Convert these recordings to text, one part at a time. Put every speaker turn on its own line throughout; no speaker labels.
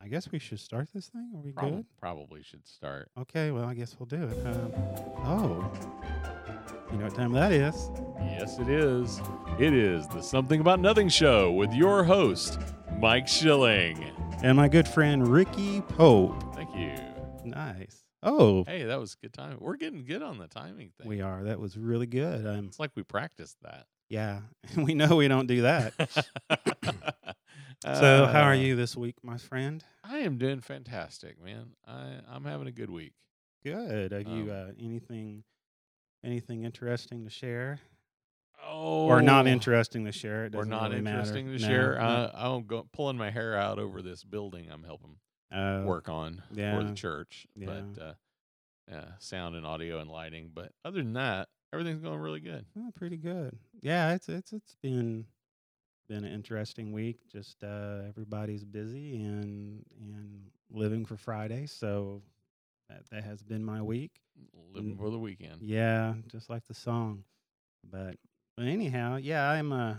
I guess we should start this thing. Are we
Prob-
good?
Probably should start.
Okay, well, I guess we'll do it. Um, oh, you know what time that is?
Yes, it is. It is the Something About Nothing show with your host, Mike Schilling.
And my good friend Ricky Pope.
Thank you.
Nice. Oh,
Hey, that was good timing. We're getting good on the timing thing.
we are. That was really good. Um,
It's like we practiced that.
yeah, we know we don't do that. so, how are
Uh,
you this week, my friend?
I am doing fantastic, man. I, I'm having a good week.
Good. Have you uh,
Um,
anything, anything interesting to share,
Oh,
or not interesting to share? It
Or
doesn't
not
really matter.
interesting to
No,
share.
no.
Uh, I'm go, pulling my hair out over this building I'm helping
Oh,
work on for
yeah.
the church. But
Yeah.
uh, yeah, sound and audio and lighting. But other than that, everything's going really good.
Oh, pretty good. Yeah, it's it's it's been been an interesting week. Just uh, everybody's busy and and living for Friday, so that that has been my week.
Living
Mm.
for the weekend.
Yeah, just like the song. But but anyhow, yeah, I'm uh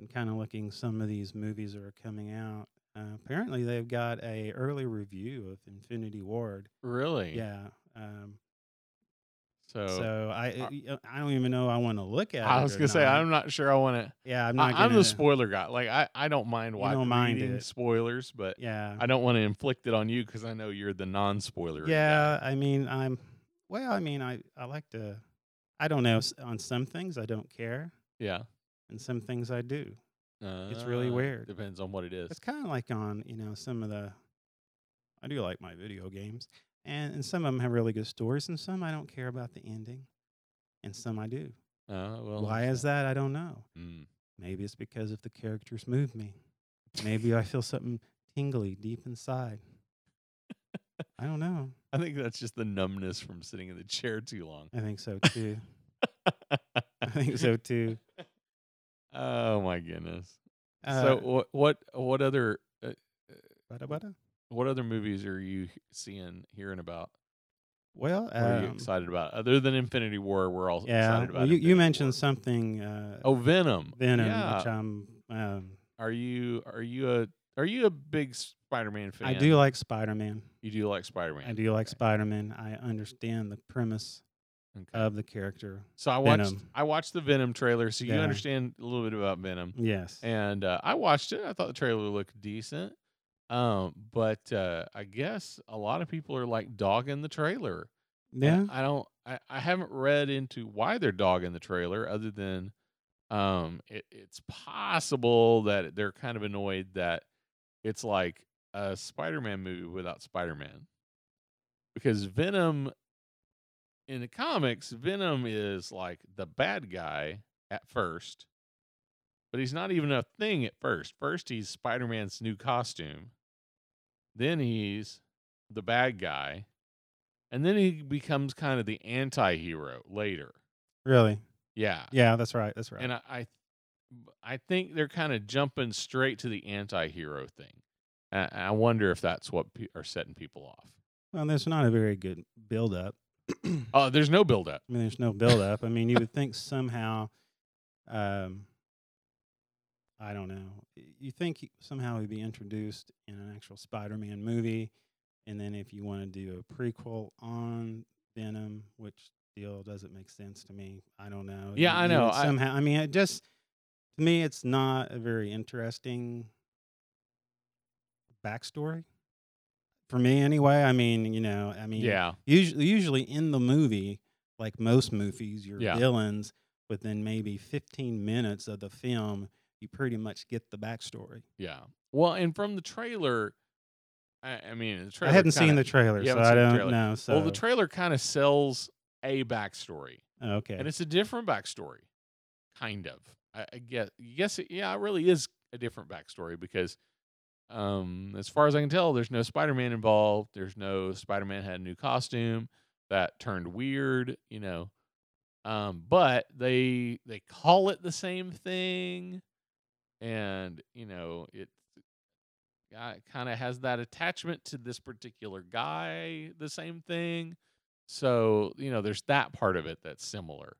I'm kind of looking some of these movies that are coming out. Uh, apparently, they've got a early review of Infinity Ward.
Really?
Yeah. Um,
So,
so I I don't even know I want to look at.
I
it
was
or
gonna say
not.
I'm not sure I want to.
Yeah, I'm
I'm,
not.
I, am
gonna-
the spoiler guy. Like I, I don't mind
You
watching
don't mind it.
spoilers, but
Yeah,
I don't want to inflict it on you because I know you're the non-spoiler.
yeah. I mean, I'm. Well, I mean, I I like to. I don't know. s- On some things, I don't care,
Yeah.
and some things I do.
Uh,
really weird.
Depends on what it is.
It's kind of like on you know some of the. I do like my video games, and, and some of them have really good stories, and some I don't care about the ending, and some I do.
Uh, well,
Why is that? I don't know.
Mm.
Maybe it's because if the characters move me, maybe I feel something tingly deep inside. I don't know.
I think that's just the numbness from sitting in the chair too long.
I think so too. I think so too.
Oh my goodness.
Uh,
so what what what other uh,
bada bada.
what other movies are you h- seeing hearing about?
Well,
What are you
um,
excited about other than Infinity War? We're all
yeah.
excited about.
Well, you,
Infinity
you mentioned
War.
something uh,
Oh, Venom.
Venom,
Yeah.
which I'm. Um,
Are you are you a are you a big Spider-Man fan?
I do like Spider Man.
You do like Spider-Man.
I do like
Okay.
Spider Man. I understand the premise
Okay.
of the character.
so I watched
uh, Venom.
I watched the Venom trailer, so you
Yeah.
understand a little bit about Venom.
Yes.
And uh, I watched it. I thought the trailer looked decent. Um, but uh, I guess a lot of people are like dogging the trailer.
yeah.
And I don't. I, I haven't read into why they're dogging the trailer, other than um, it, it's possible that they're kind of annoyed that it's like a Spider-Man movie without Spider-Man, because Venom in the comics, Venom is like the bad guy at first, but he's not even a thing at first. First, he's Spider-Man's new costume. Then he's the bad guy. And then he becomes kind of the anti hero later.
Really.
Yeah.
Yeah. That's right. That's right.
And I, I I think they're kind of jumping straight to the anti hero thing. I, I wonder if that's what pe- are setting people off.
well, there's not a very good build up.
Oh, there's no buildup.
I mean, there's no buildup. I mean, you would think somehow, um, I don't know. Y- You think he- somehow he'd be introduced in an actual Spider-Man movie, and then if you want to do a prequel on Venom, which deal doesn't make sense to me. I don't know.
Yeah,
You-
I
you
know.
would
I-
somehow, I mean, it just to me, it's not a very interesting backstory for me, anyway. I mean, you know, I mean,
Yeah.
usually usually in the movie like most movies your
Yeah.
villains within maybe 15 minutes of the film you pretty much get the backstory
Yeah. Well, and from the trailer, I, I mean, the trailer.
i hadn't seen
kinda-
the trailer
you
so
haven't
i
seen the
don't
trailer.
know so
Well, the trailer kind of sells a backstory.
okay
and it's a different backstory, kind of. I, I guess, yes, it, yeah, it really is a different backstory because, um, as far as I can tell, there's no Spider-Man involved. There's no Spider-Man had a new costume that turned weird, you know. Um, but they they call it the same thing, and you know it kind of has that attachment to this particular guy, the same thing. So, you know, there's that part of it that's similar.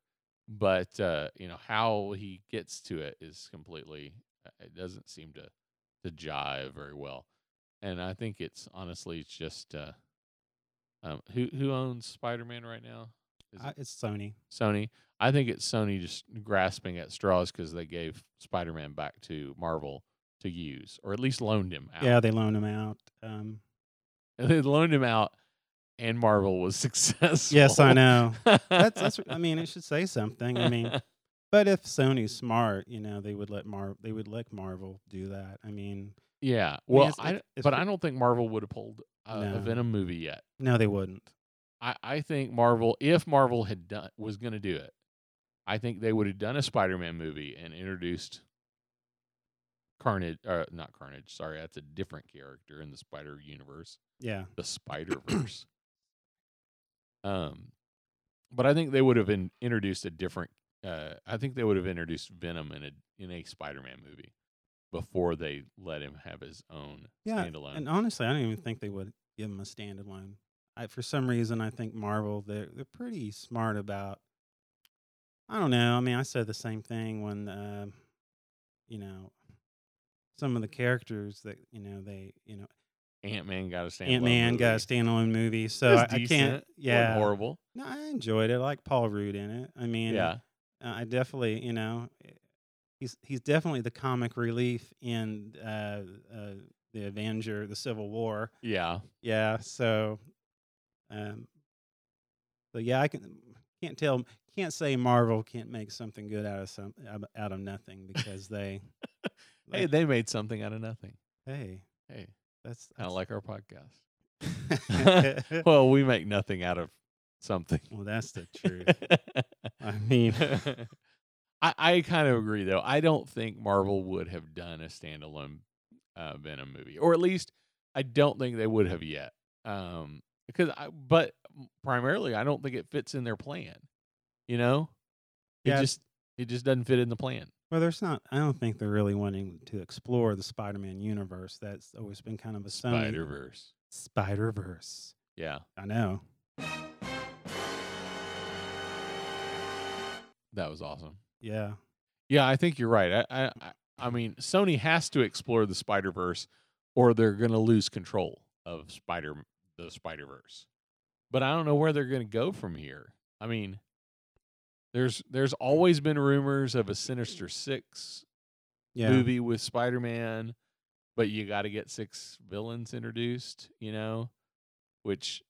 But uh, you know, how he uh, gets to it is completely it doesn't seem to to jive very well. and I think it's honestly it's just uh, um, who who owns Spider Man right now? Is
I, it's Sony.
Sony. I think it's Sony just grasping at straws because they gave Spider Man back to Marvel to use, or at least loaned him out.
Yeah, they loaned him out. Um,
they loaned him out, and Marvel was successful.
yes, I know. That's, that's. I mean, it should say something. I mean, but if Sony's smart, you know, they would let Mar. They would let Marvel do that. I mean,
yeah. Well,
it's-
I,
it's- it's
but
pre-
I don't think Marvel would have pulled a, a
No.
Venom movie yet.
no, they wouldn't.
I, I think Marvel, if Marvel had done was going to do it, I think they would have done a Spider-Man movie and introduced Carnage, or not Carnage. Sorry, that's a different character in the Spider Universe,
Yeah,
the Spider Verse. um, but I think they would have in, introduced a different. Uh, I think they would have introduced Venom in a in a Spider-Man movie before they let him have his own
Yeah,
standalone.
and honestly, I don't even think they would give him a standalone. I, for some reason, I think Marvel they're they're pretty smart about. I don't know. I mean, I said the same thing when, um you know, some of the characters that you know they you know
Ant Man got a standalone.
Ant Man
movie.
got a standalone movie, so
It was
I, I
decent.
can't.
Wasn't
Yeah,
horrible.
No, I enjoyed it. I like Paul Rudd in it. I mean,
yeah.
uh, I definitely, you know, eh, he's he's definitely the comic relief in uh, uh, the Avenger, the Civil War.
Yeah.
Yeah, so, um, so yeah, I can can't tell, can't say Marvel can't make something good out of some ab- out of nothing because they,
Hey, they made something out of nothing.
hey,
Hey,
that's
kind
that's-
of like our podcast. well, we make nothing out of something.
well, that's the truth. I mean,
I, I kind of agree, though. I don't think Marvel would have done a standalone uh, Venom movie, or at least I don't think they would have yet. Um, because I, but primarily, I don't think it fits in their plan. You know, it
Yeah.
just it just doesn't fit in the plan.
well, there's not. I don't think they're really wanting to explore the Spider-Man universe. That's always been kind of a Sony
Spider Verse,
Spider Verse.
yeah,
I know.
that was awesome.
Yeah.
Yeah, I think you're right. I I I- I mean, Sony has to explore the Spider Verse, or they're going to lose control of Spider the Spider Verse. But I don't know where they're going to go from here. I mean, there's there's always been rumors of a Sinister Six
Yeah.
movie with Spider Man, but you got to get six villains introduced, you know, which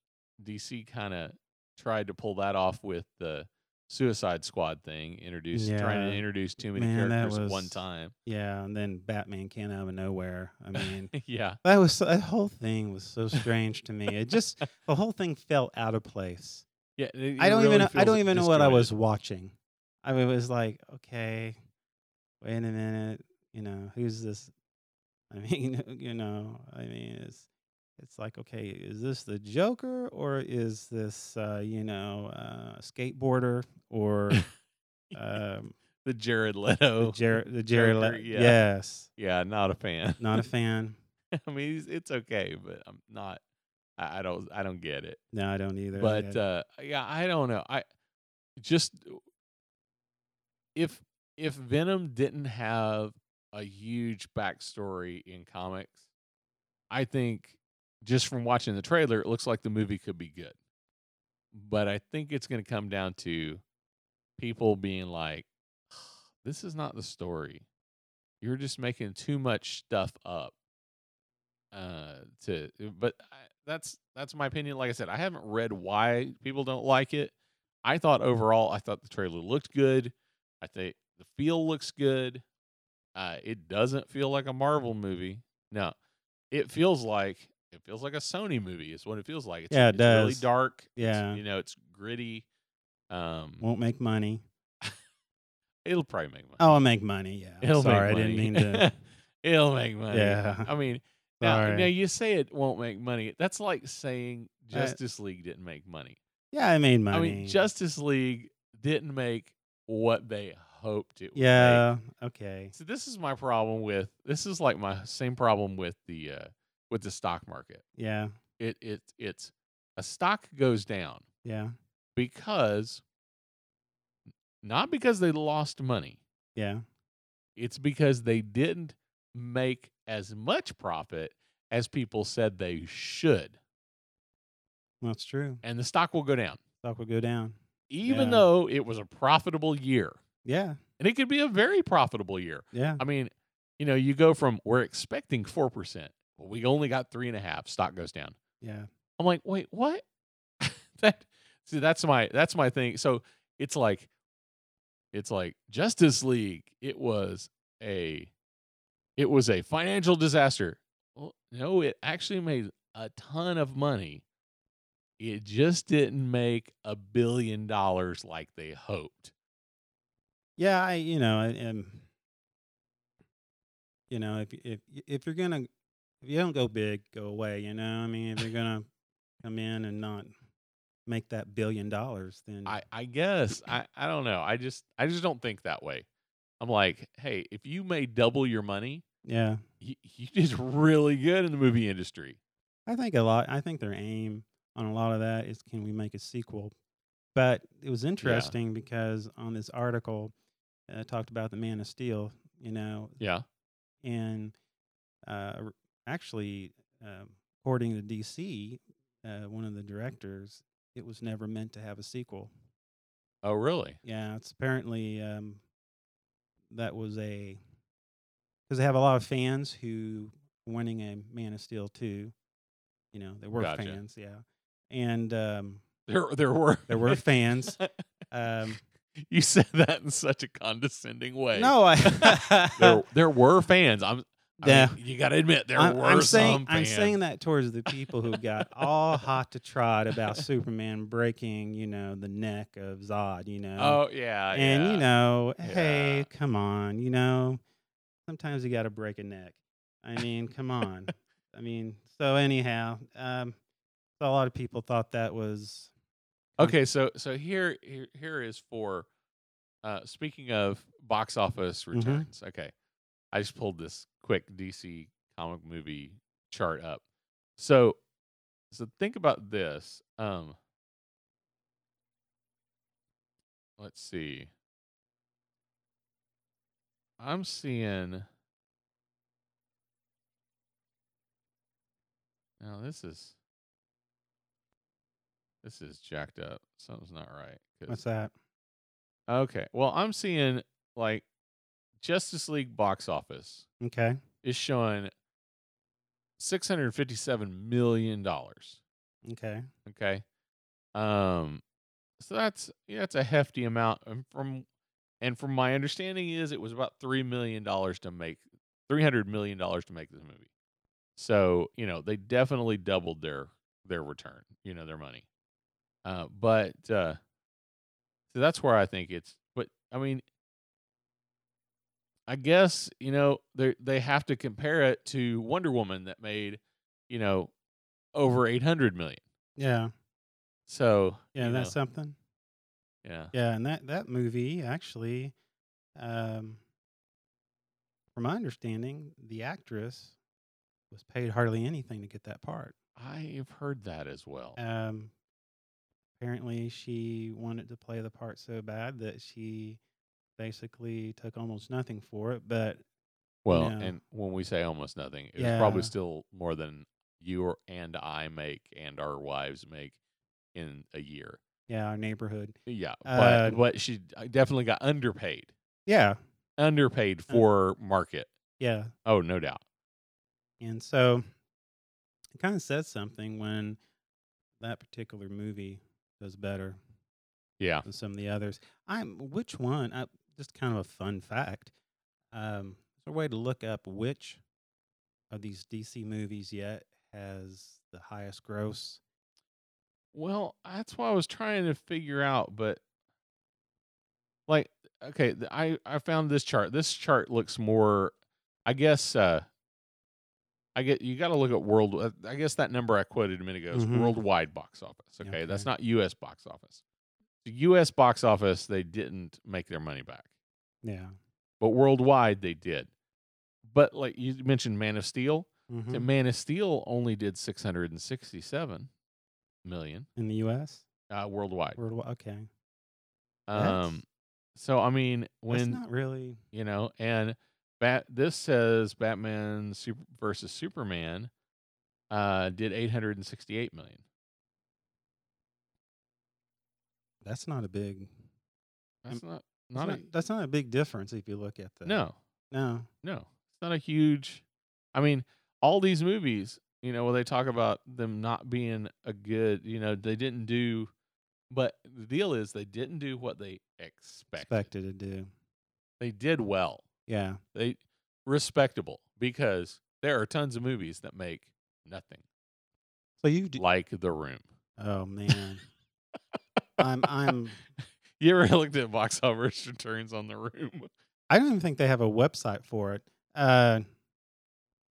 DC kind of tried to pull that off with the Suicide Squad thing, introduce trying to
Yeah.
introduce too many
Man, that
characters at one
was-
time.
Yeah. And then Batman came out of nowhere. I mean,
yeah,
that was so, that whole thing was so strange to me. It just the whole thing felt out of place.
yeah. it-
I
it
don't
really
even know, I
feels
don't even know what I was
disjointed.
watching. I mean, it was like, okay, wait a minute. You know, who's this? I mean, you know, I mean, it's it's like, okay, is this the Joker or is this, uh, you know, uh, skateboarder or um,
the Jared Leto.
the Jerry, the Jerry Le-
Oh, Joker, yeah.
yes,
yeah, not a fan.
not a fan.
I mean, he's- it's okay, but I'm not. I, I don't. I don't get it.
No, I don't either.
but
Yeah.
uh, yeah, I don't know. I just uh, if if Venom didn't have a huge backstory in comics, I think just from watching the trailer, it looks like the movie could be good. But I think it's going to come down to people being like, "This is not the story. You're just making too much stuff up." uh to but I, that's that's my opinion like i said i haven't read why people don't like it i thought overall i thought the trailer looked good i think the feel looks good uh it doesn't feel like a marvel movie no it feels like it feels like a sony movie is what it feels like it's,
Yeah, it
it's really
does.
dark it's,
Yeah.
you know it's gritty um
won't make money.
it'll probably make money
Oh, I'll make money. Yeah, I'm
it'll
sorry,
make
I
money
didn't mean to.
it'll make money
yeah,
i mean Now,
sorry.
now you say it won't make money. That's like saying Justice League didn't make money.
yeah, I made money.
I mean, Justice League didn't make what they hoped it would. make.
yeah. Okay.
So this is my problem with this is like my same problem with the uh, with the stock market.
Yeah.
It it it's a stock goes down
Yeah.
because not because they lost money.
Yeah.
It's because they didn't make as much profit as people said they should,
That's true.
and the stock will go down,
Stock would go down.
even
Yeah.
though it was a profitable year,
Yeah.
and it could be a very profitable year.
Yeah.
I mean, you know, you go from we're expecting four percent, but we only got three and a half. Stock goes down.
Yeah.
I'm like, wait, what? that see, that's my that's my thing. So it's like, it's like Justice League. It was a, it was a financial disaster. Well, no, it actually made a ton of money. It just didn't make a billion dollars like they hoped.
Yeah, I you know, I am you know, if if if you're gonna if you don't go big, go away, you know. I mean, if you're gonna come in and not make that billion dollars, then
I, I guess I, I don't know. I just I just don't think that way. I'm like, hey, if you made double your money,
yeah.
you, you did really good in the movie industry.
I think a lot I think their aim on a lot of that is can we make a sequel? But it was interesting because on this article uh, talked about the Man of Steel, you know,
Yeah.
and uh, r- actually, um according to DC, uh, one of the directors, it was never meant to have a sequel.
Oh, really?
Yeah, it's apparently um, that was a because they have a lot of fans who winning a Man of Steel two. You know, there were
Gotcha.
fans, yeah, and um,
There there were
there were fans. Um,
you said that in such a condescending way.
no, I.
there there were fans. I'm. I
Yeah.
mean, you got to admit there
I'm,
were
I'm
some
saying I'm
fans.
saying that towards the people who got all hot to trot about Superman breaking, you know, the neck of Zod, you know,
Oh yeah.
and
yeah.
you know, hey,
Yeah.
come on, you know, sometimes you got to break a neck. I mean, come on. I mean, so anyhow, um, so a lot of people thought that was
Okay, so so here here, here is for uh speaking of box office
Mm-hmm.
returns. Okay. I just pulled this quick DC comic movie chart up. So so think about this. Um Let's see. I'm seeing Now this is this is jacked up. Something's not right. 'cause-
what's that?
Okay. Well, I'm seeing like Justice League box office
Okay,
is showing six hundred fifty seven million dollars.
okay,
Okay. Um so that's yeah, that's a hefty amount. And from and from my understanding is it was about three million dollars to make three hundred million dollars to make this movie. So, you know, they definitely doubled their their return, you know, their money. Uh but uh so that's where I think it's but I mean I guess, you know, they they have to compare it to Wonder Woman that made, you know, over eight hundred million.
yeah,
So
yeah,
you
that's
know,
something.
yeah.
Yeah, and that that movie actually, um, from my understanding, the actress was paid hardly anything to get that part.
I've heard that as well.
Um, apparently, she wanted to play the part so bad that she basically took almost nothing for it. But
well,
yeah.
and when we say almost nothing, it was probably
Yeah.
still more than you or, and I make and our wives make in a year.
yeah, our neighborhood.
Yeah,
Uh,
but but she d- I definitely got underpaid,
Yeah,
underpaid
Uh,
for market.
yeah.
Oh, no doubt.
And so it kind of says something when that particular movie does better
Yeah.
than some of the others. I'm which one? I, just kind of a fun fact. Um, is there a way to look up which of these DC movies yet has the highest gross?
Well, that's what I was trying to figure out, but like okay, th- I I found this chart. This chart looks more I guess uh I get you got to look at world uh, I guess that number I quoted a minute ago is
Mhm.
worldwide box office, okay?
Okay.
That's not US box office. The US box office they didn't make their money back,
Yeah.
but worldwide they did. But like you mentioned Man of Steel,
Mhm.
the Man of Steel only did 667 million
In the U.S.
uh worldwide.
Worldwide. Okay. That's-
Um, so I mean,
That's
when
not really.
you know, and bat this says Batman super versus Superman uh, did 868 million.
That's not a big.
That's not
That's
not,
not,
a,
that's not a big difference if you look at the.
no
No.
no. It's not a huge. I mean, all these movies, you know, where they talk about them not being a good, you know, they didn't do. But the deal is, they didn't do what they expected.
Expected to do.
They did well.
Yeah.
They respectable because there are tons of movies that make nothing,
So you do.
like The Room.
Oh man. I'm. I'm.
You ever looked at box office returns on The Room?
I don't even think they have a website for it. Uh,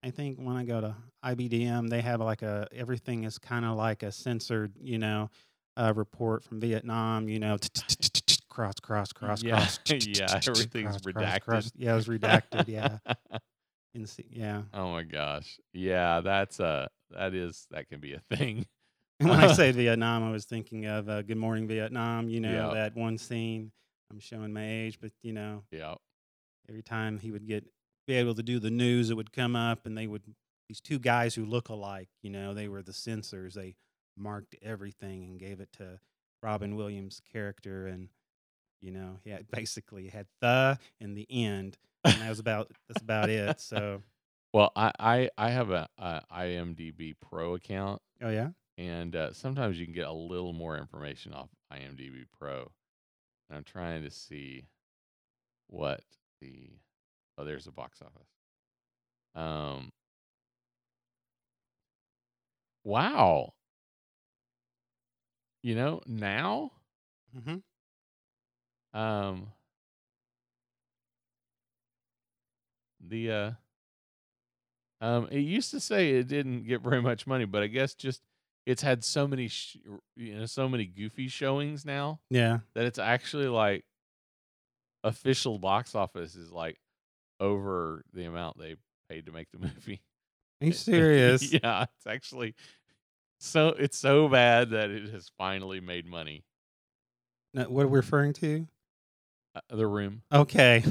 I think when I go to IBDM, they have like a everything is kind of like a censored, you know, uh, report from Vietnam. You know, cross, cross, cross,
Yeah.
cross.
Yeah, everything's
cross, cross, cross.
redacted.
Yeah, it's redacted. Yeah, In C- yeah.
oh my gosh. Yeah, that's a that is that can be a thing.
And when I say Vietnam, I was thinking of uh, Good Morning Vietnam. You know
Yeah.
that one scene. I'm showing my age, but you know
Yeah.
every time he would get be able to do the news it would come up and they would these two guys who look alike you know they were the censors they marked everything and gave it to robin williams character and you know he had basically had the in the end and that was about that's about it so
Well, I I, I have a, a IMDb Pro account,
oh yeah
and uh, sometimes you can get a little more information off IMDb Pro. And I'm trying to see what the oh, there's the box office. Um. Wow. You know now.
mm-hmm.
Um, the uh, um, it used to say it didn't get very much money, but I guess just it's had so many, sh- r- you know, so many goofy showings now
yeah
that it's actually like official box office is like over the amount they paid to make the movie.
are you serious
yeah, it's actually so it's so bad that it has finally made money.
No, what are we referring to
Uh, the room.
okay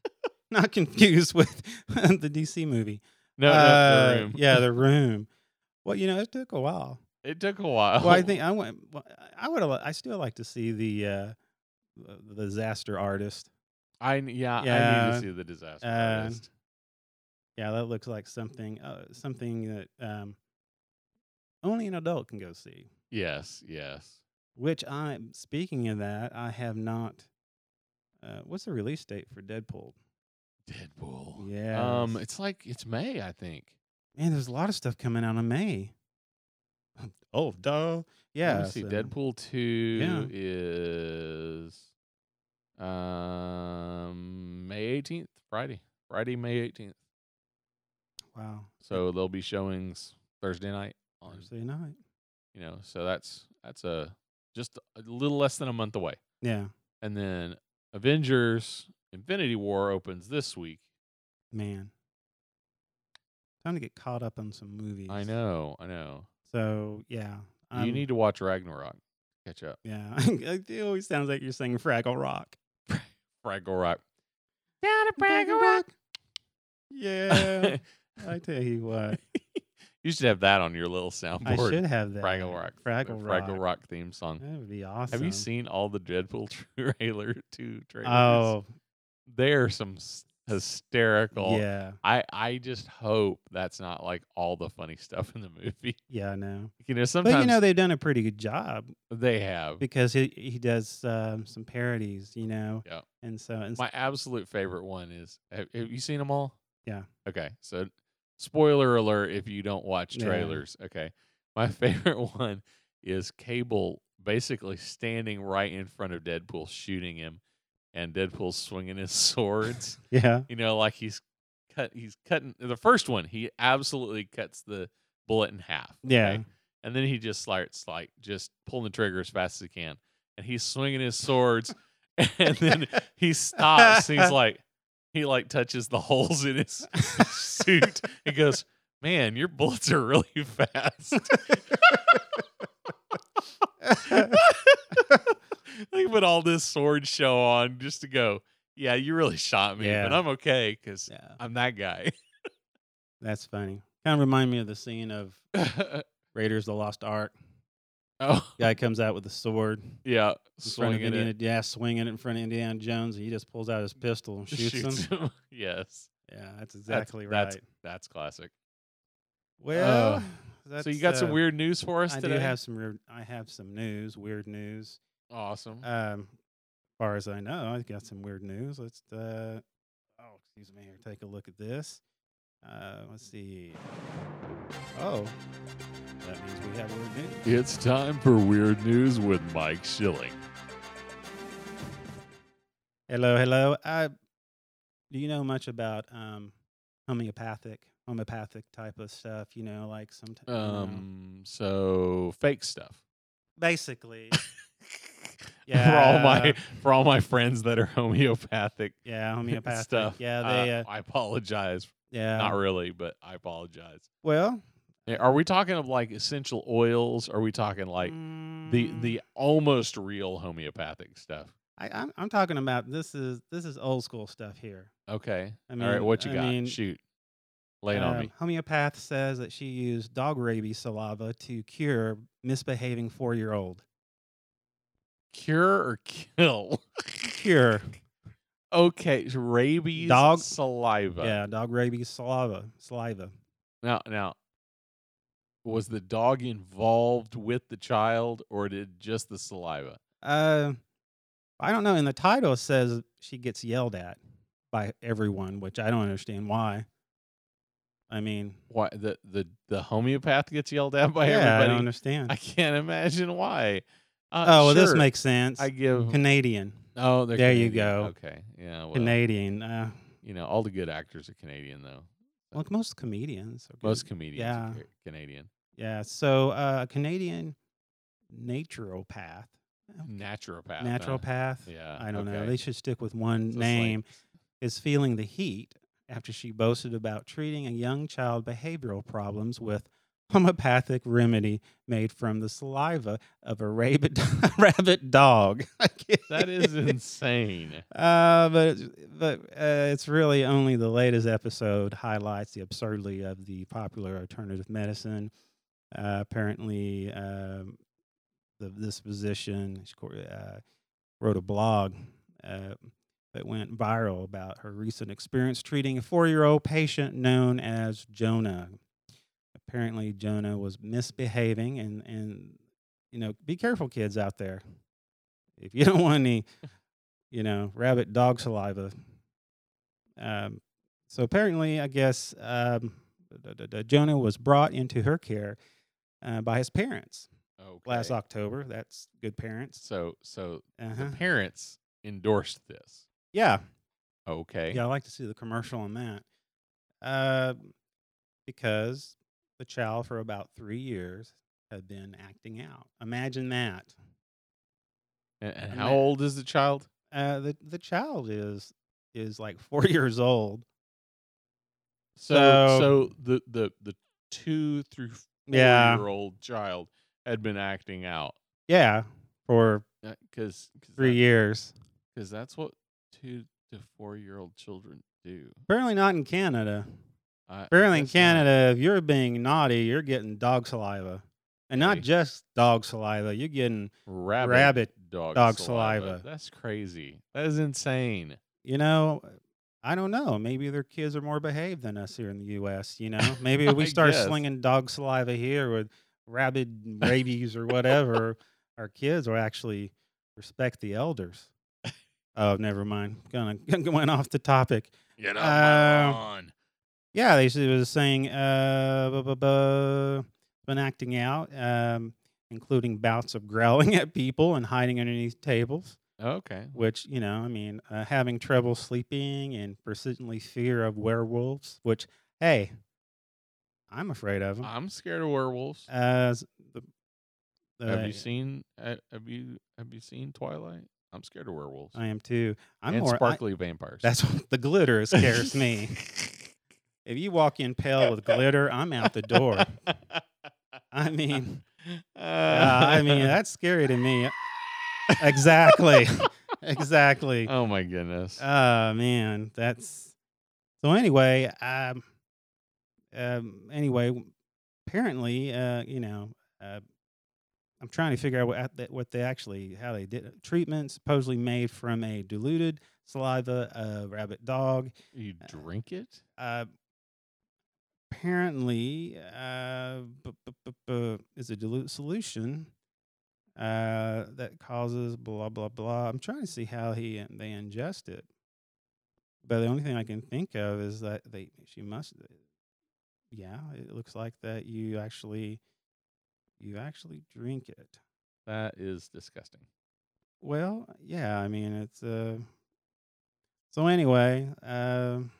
not confused with the dc movie
No, no,
Uh,
the room.
yeah the room well you know it took a while
It took a while.
Well, I think I went. Well, I- I would. I still like to see the uh, the disaster artist.
I n- yeah, I need
Yeah,
to see the disaster
uh,
artist.
Yeah, that looks like something uh, something that um, only an adult can go see.
Yes, yes.
Which I, speaking of that, I have not. Uh, what's the release date for Deadpool?
Deadpool.
Yeah.
Um, it's like it's May, I think.
Man, there's a lot of stuff coming out in May.
Um,
Oh, duh. Yeah.
Let me see.
so-
Deadpool two is um May eighteenth, Friday. Friday, May eighteenth.
Wow.
So there'll be showings Thursday night on
Thursday night.
you know, so that's that's a just a little less than a month away.
Yeah.
And then Avengers Infinity War opens this week.
Man. Time to get caught up on some movies.
I know, I know.
So yeah,
you
I'm-
need to watch Ragnarok. to Catch up.
Yeah, it always sounds like you're saying Fraggle Rock.
Ragnarok. Down at
Yeah, I tell you what,
you should have that on your little
I
soundboard.
should have that.
Fraggle Rock. the
Fraggle Rock.
Fraggle Rock theme song.
That would be awesome.
Have you seen all the Deadpool trailer two trailers?
Oh
They're some s- hysterical.
yeah,
I, I just hope that's not like all the funny stuff in the movie.
yeah, I know.
You know, sometimes
But you know they've done a pretty good job
they have.
because he he does um, some parodies, you know.
Yeah.
And so and s-
My absolute favorite one is have, have you seen them all?
Yeah.
Okay. So spoiler alert if you don't watch
Yeah.
trailers. Okay. My favorite one is Cable basically standing right in front of Deadpool shooting him and Deadpool swinging his swords.
yeah,
you know, like he's cut he's cutting the first one, he absolutely cuts the bullet in half.
yeah,
okay? and then he just starts like just pulling the trigger as fast as he can, and he's swinging his swords, and then he stops. and he's like, he like touches the holes in his suit. and goes, "Man, your bullets are really fast." they put all this sword show on just to go. Yeah, you really shot me,
Yeah.
but I'm okay because
yeah.
I'm that guy.
That's funny. Kind of remind me of the scene of
oh,
Raiders of the Lost Ark. Guy comes out with a sword in
yeah.
front of
Swinging
Indiana,
it,
yeah, swinging it in front of Indiana Jones, and he just pulls out his pistol and shoots, him.
him. yes.
Yeah, that's exactly right.
that's- That's classic.
well,
uh, so you got
that's,
some
uh,
weird news for us
I
today.
do have some. Re- I have some news. Weird news.
awesome.
Um, as far as I know, I got some weird news. Let's. Uh, oh, excuse me. Here, take a look at this. Uh, let's see. Oh, that means we have weird news.
it's time for weird news with Mike Schilling.
Hello, hello. I, do you know much about um, homeopathic, homeopathic type of stuff? You know, like some t- you know,
Um, so fake stuff.
basically.
for all my
Yeah.
for all my friends that are homeopathic
Yeah, homeopathic
stuff.
Yeah,
I-
they. Uh,
I apologize.
yeah.
Not really, but I apologize.
well,
Yeah, Are we talking of like essential oils? Are we talking like the
mm,
the almost real homeopathic stuff?
I, I'm, I'm talking about this is this is old school stuff here.
Okay.
I
all right.
mean-
What you
I
got?
mean,
Shoot. Lay it on
Um,
me.
Homeopath says that she used dog rabies saliva to cure misbehaving four year old.
Cure or kill?
Cure.
okay. so Rabies.
Dog-
saliva.
yeah, dog rabies saliva. Saliva.
Now, now, was the dog involved with the child, or did just the saliva?
Uh, I don't know. In the title, it says she gets yelled at by everyone, which I don't understand why. I mean,
Why the the the homeopath gets yelled at by
yeah, I don't
everybody?
understand.
I, can't imagine why. Uh,
oh, well, this
sure,
makes sense.
I give.
Canadian,
oh, they're
there you
Canadian.
go.
Okay, yeah. Well,
Canadian. Uh,
you know, all the good actors are Canadian, though.
well, most comedians. Are
Most comedians are
Yeah.
Ca- Canadian.
Yeah. So, uh, a Canadian naturopath,
Naturopath. huh?
naturopath.
Yeah,
I don't know.
okay.
They should stick with one
So it's like-
name. Is feeling the heat after she boasted about treating a young child behavioral problems with homeopathic remedy made from the saliva of a rabid rabbit dog. I can't-
That is insane.
Uh, but it's, but uh, it's really only the latest episode highlights the absurdity of the popular alternative medicine. Uh, apparently, um, the, this physician she co- uh, wrote a blog uh, that went viral about her recent experience treating a four-year-old patient known as Jonah. Apparently, Jonah was misbehaving, and and you know, be careful, kids out there. If you don't want any you know, rabbit dog saliva. Um, so apparently, I guess um, d- d- d- Jonah was brought into her care uh, by his parents
Okay.
last October. That's good parents.
So, so
Uh-huh.
the parents endorsed this.
Yeah,
Okay.
yeah. I like to see the commercial on that uh, because the child for about three years had been acting out. Imagine that.
And, and
I
how
mean-
old is the child?
Uh, the the child is is like four years old.
So, so,
So-
the the the two through four
Yeah.
year old child had been acting out uh,
Yeah, for
because
three years.
because that's what two to four year old children do.
Apparently not in Canada.
I- I
Apparently in
guess not.
Canada, if you're being naughty, you're getting dog saliva. And not
Really?
just dog saliva, you're getting,
rabbit,
rabbit
dog,
dog saliva.
That's crazy. That is insane.
you know, I don't know. Maybe their kids are more behaved than us here in the U.S. You know, maybe if we
I
start
guess.
slinging dog saliva here with rabid rabies or whatever, our kids will actually respect the elders. Oh, never mind. Gonna going off the topic.
You know,
Uh,
on.
Yeah, they s- it was saying uh, bu- bu- bu- been acting out, um, including bouts of growling at people and hiding underneath tables.
Okay.
Which you know, I mean, uh, having trouble sleeping and persistently fear of werewolves. Which hey, I'm afraid of them.
I'm scared of werewolves.
As the, the,
have you seen? Uh, have you have you seen Twilight? I'm scared of werewolves
I am too. I'm
and
more. I-
sparkly vampires.
that's what the glitter scares me. If you walk in pale with glitter, I'm out the door.
Uh,
I mean. Yeah, Uh, I mean, that's scary to me. Exactly. exactly.
Oh my
Uh,
goodness.
Oh, man. That's so anyway, um, um, anyway, w- apparently, uh, you know, uh, I'm trying to figure out what, at- that- what they actually how they did it. treatment supposedly made from a diluted saliva of rabbit dog.
You drink it?
Uh, apparently, uh, bu- bu- bu- bu- is a dilute solution uh, that causes blah blah blah. I'm trying to see how he in- they ingest it, but the only thing I can think of is that they she must. uh, Yeah, it looks like that you actually you actually drink it.
That is disgusting.
Well, yeah, I mean it's uh so anyway, um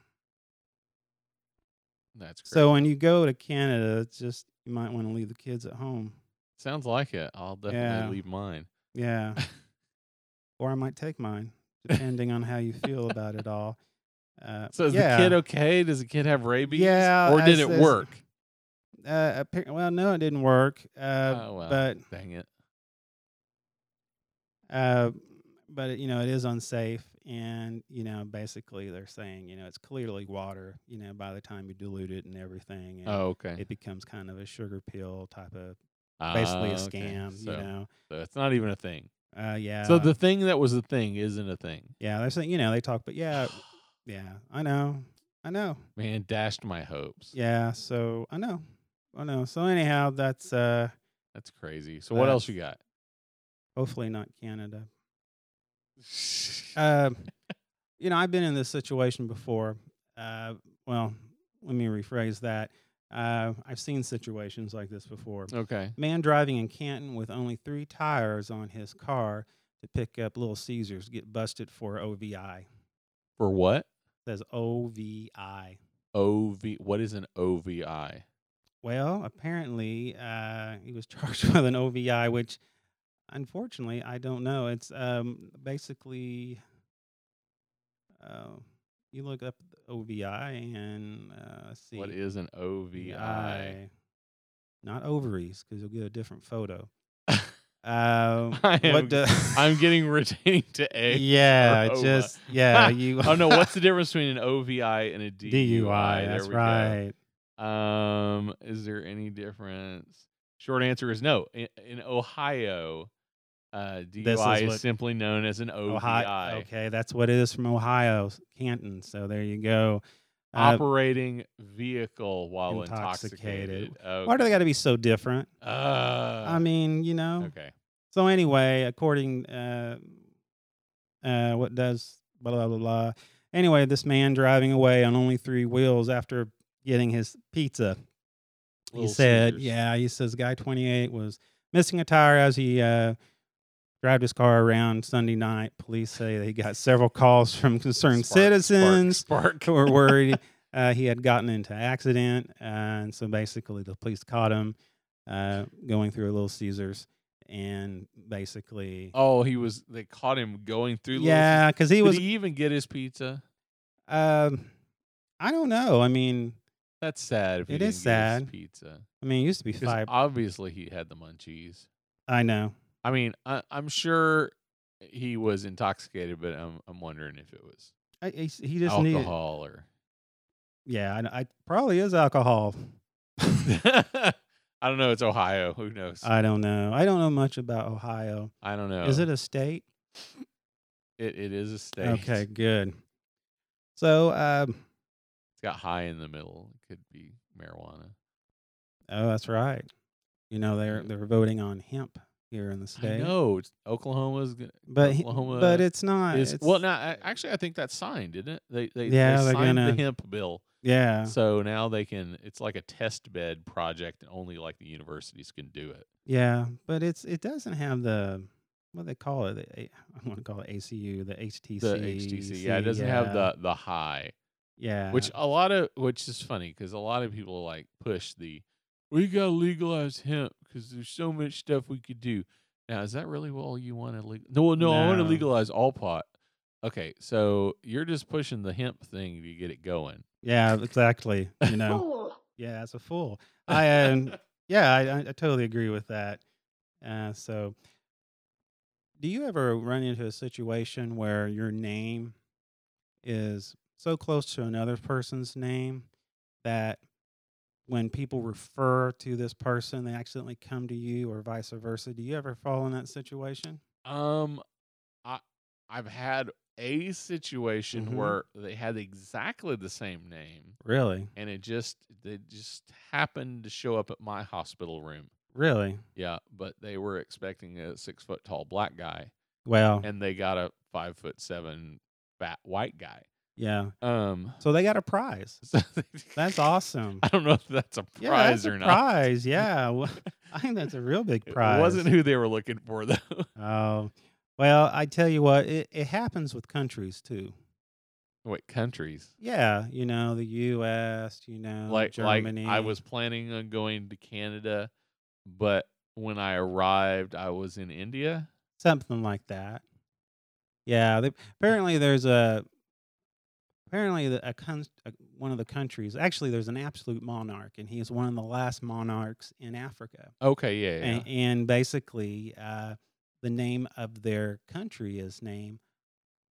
That's crazy.
So when you go to Canada, it's just you might want to leave the kids at home.
sounds like it. I'll definitely
Yeah.
leave mine.
Yeah. or I might take mine, depending on how you feel about it all. Uh,
So is
yeah.
the kid okay? Does the kid have rabies?
Yeah,
Or
I
did it
says-
work?
Uh, appar- well, no, it didn't work. Uh,
oh well.
But
dang it.
uh, but it, you know it is unsafe, and you know basically they're saying you know it's clearly water. You know by the time you dilute it and everything, and
Oh okay.
it becomes kind of a sugar pill type of basically
Ah,
a
okay.
scam.
So,
You know,
so it's not even a thing.
uh, yeah.
so the thing that was a thing isn't a thing.
yeah they're saying you know they talk, but yeah, Yeah, I know. I know.
Man, dashed my hopes.
Yeah, so I know. I know. So anyhow, that's uh
That's crazy. So what else you got?
hopefully not Canada. Um you know, I've been in this situation before. Uh well, let me rephrase that. Uh I've seen situations like this before.
okay.
Man driving in Canton with only 3 tires on his car to pick up Little Caesars get busted for OVI.
For what?
says OVI.
OV what is an OVI?
Well, apparently uh, he was charged with an OVI, which unfortunately I don't know. It's um, basically uh, you look up the OVI and uh, let's see
What is an OVI?
VI, not ovaries because you'll get a different photo. um,
I am,
what E. do,
I'm getting retaining to A.
yeah,
ova.
just yeah you.
oh no, what's the difference between an OVI and a DUI?
DUI?
There
That's
we go.
right.
Um, is there any difference? Short answer is no. In, in Ohio, uh, DUI is,
what-
simply known as an OVI.
Ohio. Okay, that's what it is from Ohio, s- Canton. So there you go. Uh,
Operating vehicle while intoxicated.
Intoxicated. Why
Okay.
do they got to be so different?
Uh,
I mean, you know.
okay.
So anyway, according uh, uh, what does blah blah blah blah. Anyway, this man driving away on only three wheels after getting his pizza. he
Little
said,
Caesars.
"Yeah." He says, "Guy 28 was missing a tire as he uh, drove his car around Sunday night." Police say they got several calls from concerned
Spark, spark,
citizens
Spark.
who were worried uh, he had gotten into an accident, uh, and so basically the police caught him uh, going through a Little Caesars, and basically,
Oh, he was. They caught him going through. Little
yeah, because he
Caesars.
was.
Did he even get his pizza?
um, I don't know. I mean,
That's sad. If he
It is
didn't get his
sad.
pizza.
I mean, it used to be
'Cause
five.
obviously he had the munchies.
I know.
I mean, I, I'm sure he was intoxicated, but I'm I'm wondering if it was
I, he, s- he just needed.
alcohol
Yeah, I, kn- I probably is alcohol.
or. I don't know. It's Ohio. Who knows? I,
I don't know. I don't know much about Ohio.
don't know.
Uh, Is it a state?
It, it is a Oh. state.
Okay,
It's
good. So, um,
got high in the middle. It could be marijuana.
oh, that's right. You know, they're they're voting on hemp here in the
Mm. I
state.
know. It's, Oklahoma's. g-
but he-
Oklahoma
but it's not.
is
it's,
uh, well, no. I, actually, I think that's signed, didn't it? They they, they
Yeah, they're
signed
gonna-
the hemp bill,
yeah,
so now they can. It's like a test bed project, and only like the universities can do it.
yeah. But it's it doesn't have the what do they call it. The, A- I want to call it ACU, the HTC.
The HTC, yeah, it doesn't have the the high.
yeah,
Which a lot of which is funny because a lot of people like push the we gotta legalize hemp because there's so much stuff we could do. Now is that really all you want to legal? No, well, no, I want to
No.
legalize all pot. Okay, so you're just pushing the hemp thing to get it going.
yeah, exactly. You know, yeah, it's a fool. I um, yeah, I, I I totally agree with that. Uh, so, do you ever run into a situation where your name is so close to another person's name that when people refer to this person, they accidentally come to you or vice versa. Do you ever fall in that situation?
Um, I I've had a situation
Mhm.
where they had exactly the same name,
Really?
and it just they just happened to show up at my hospital room.
Really?
Yeah, but they were expecting a six foot tall black guy,
Well,
and they got a five foot seven fat white guy.
yeah.
Um,
So they got a prize.
so they-
That's awesome.
I don't know if that's a prize
yeah, that's
or
a
not.
prize. Yeah. Well, I think that's a real big
It
prize.
wasn't who they were looking for though.
Oh, well, I tell you what, it, it happens with countries too.
Wait, countries.
Yeah, you know the U.S., you know
like
Uh, Germany.
like I was planning on going to Canada, but when I arrived, I was in India.
something like that. Yeah, they, apparently there's a apparently the, a, con, a one of the countries. Actually, there's an absolute monarch, and he is one of the last monarchs in Africa.
Okay, yeah, yeah, yeah.
And, and basically, uh, the name of their country is named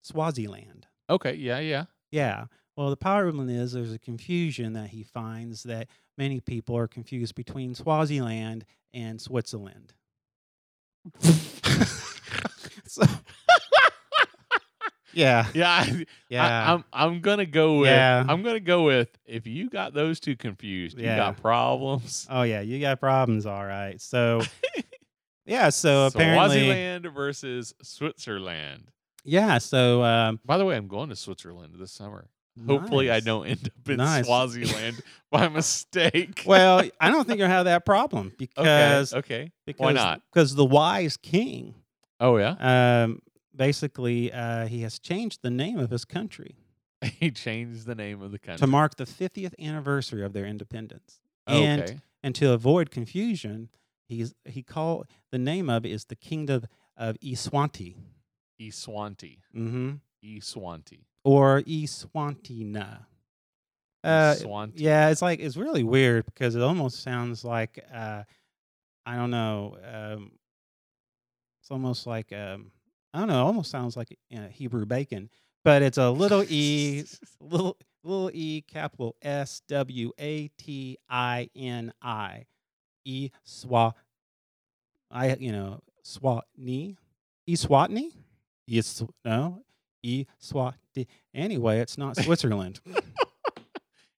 Swaziland.
okay, yeah, yeah.
Yeah. Well, the problem is there's a confusion that he finds that many people are confused between Swaziland and Switzerland. so, yeah.
Yeah, I,
Yeah.
I, am I'm gonna go with.
Yeah.
I'm gonna go with. If you got those two confused, you got
Yeah.
problems.
oh, yeah. You got problems. All right. So, yeah. So apparently,
Swaziland versus Switzerland.
yeah. So, um,
By the way, I'm going to Switzerland this summer. Hopefully, I
nice.
don't end up in
Nice.
Swaziland by mistake.
Well, I don't think you'll have that problem
okay,
because,
okay.
because
why not?
Because the wise king,
Oh yeah,
um, basically, uh, he has changed the name of his country.
he changed the name of the country.
to mark the 50th anniversary of their independence. And,
Oh, okay.
and to avoid confusion, he's, he called the name of it is the Kingdom of Iswanti
Iswanti.
mm-hmm.
Iswanti.
or Iswantina. Uh,
Iswanti.
yeah, it's like it's really weird because it almost sounds like uh, I don't know. Um, it's almost like um, I don't know. It almost sounds like uh, Hebrew bacon, but it's a little e little little e capital S W A T I N I E swa I you know swatni e swatni yes no e swat anyway it's not Switzerland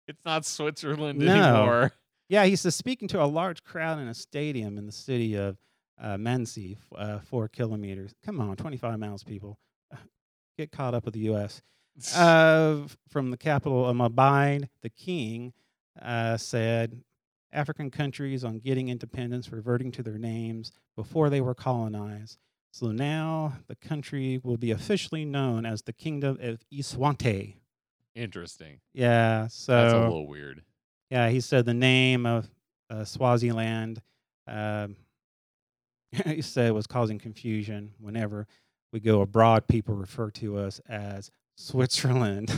It's not Switzerland
No.
anymore.
yeah he's just speaking to a large crowd in a stadium in the city of uh, Menzies uh, four kilometers come on twenty five miles people get caught up with the U S uh, from the capital of Mabine, the king uh, said, African countries on getting independence reverting to their names before they were colonized. So now the country will be officially known as the Kingdom of Iswante.
Interesting.
Yeah, so
That's a little weird.
yeah, he said the name of uh, Swaziland. Um, he said was causing confusion. Whenever we go abroad, people refer to us as Switzerland,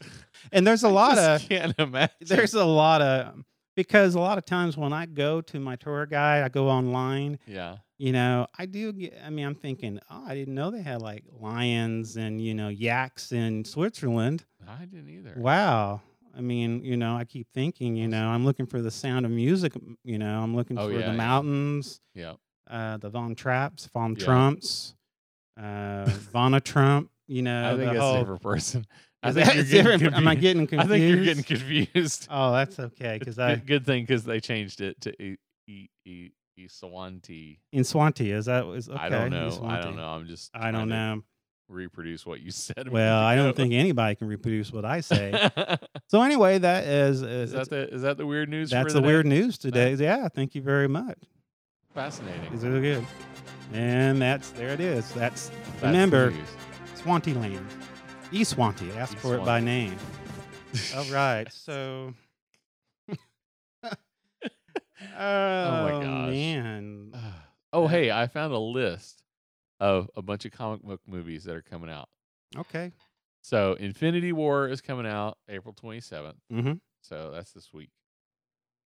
and there's a lot
I
of
just can't imagine.
there's a lot of because a lot of times when I go to my tour guide, I go online.
yeah.
You know, I do. Get, I mean, I'm thinking, oh, I didn't know they had like lions and you know yaks in Switzerland.
I didn't either.
Wow. I mean, you know, I keep thinking, you know, I'm looking for the sound of music, m- you know, I'm looking
Oh,
for the
yeah, yeah.
mountains,
Yeah.
uh, the Von Trapps, Von
Yeah.
Trumps, uh, Vonna Trump, you know,
I think
the
that's
whole-
a different person. I
Is
think
that-
you're
is different-
getting
Am I
confused.
getting
I
confused?
think you're getting confused.
Oh, that's okay. Because I,
good, good thing because they changed it to I- I- I- Iswanti.
in Swanti, is that, is okay.
I don't
in
know. I don't
Swanti.
know. I'm just.
I
trying
don't
to
know.
Reproduce what you said. a minute
Well, I don't
ago.
think anybody can reproduce what I say.
is
so anyway, that is, uh,
that the is that the weird news? for
that's the
day?
weird news today. Yeah. Thank you very much.
Fascinating.
It's really good. And that's there it is. That's
That's
remember
the news.
Swanty Land. East Swanty. Ask
East
for it by name. All right. So Oh,
gosh.
man.
oh, hey, I found a list of a bunch of comic book movies that are coming out.
Okay.
So, Infinity War is coming out April 27th.
Mm-hmm.
So, that's this week.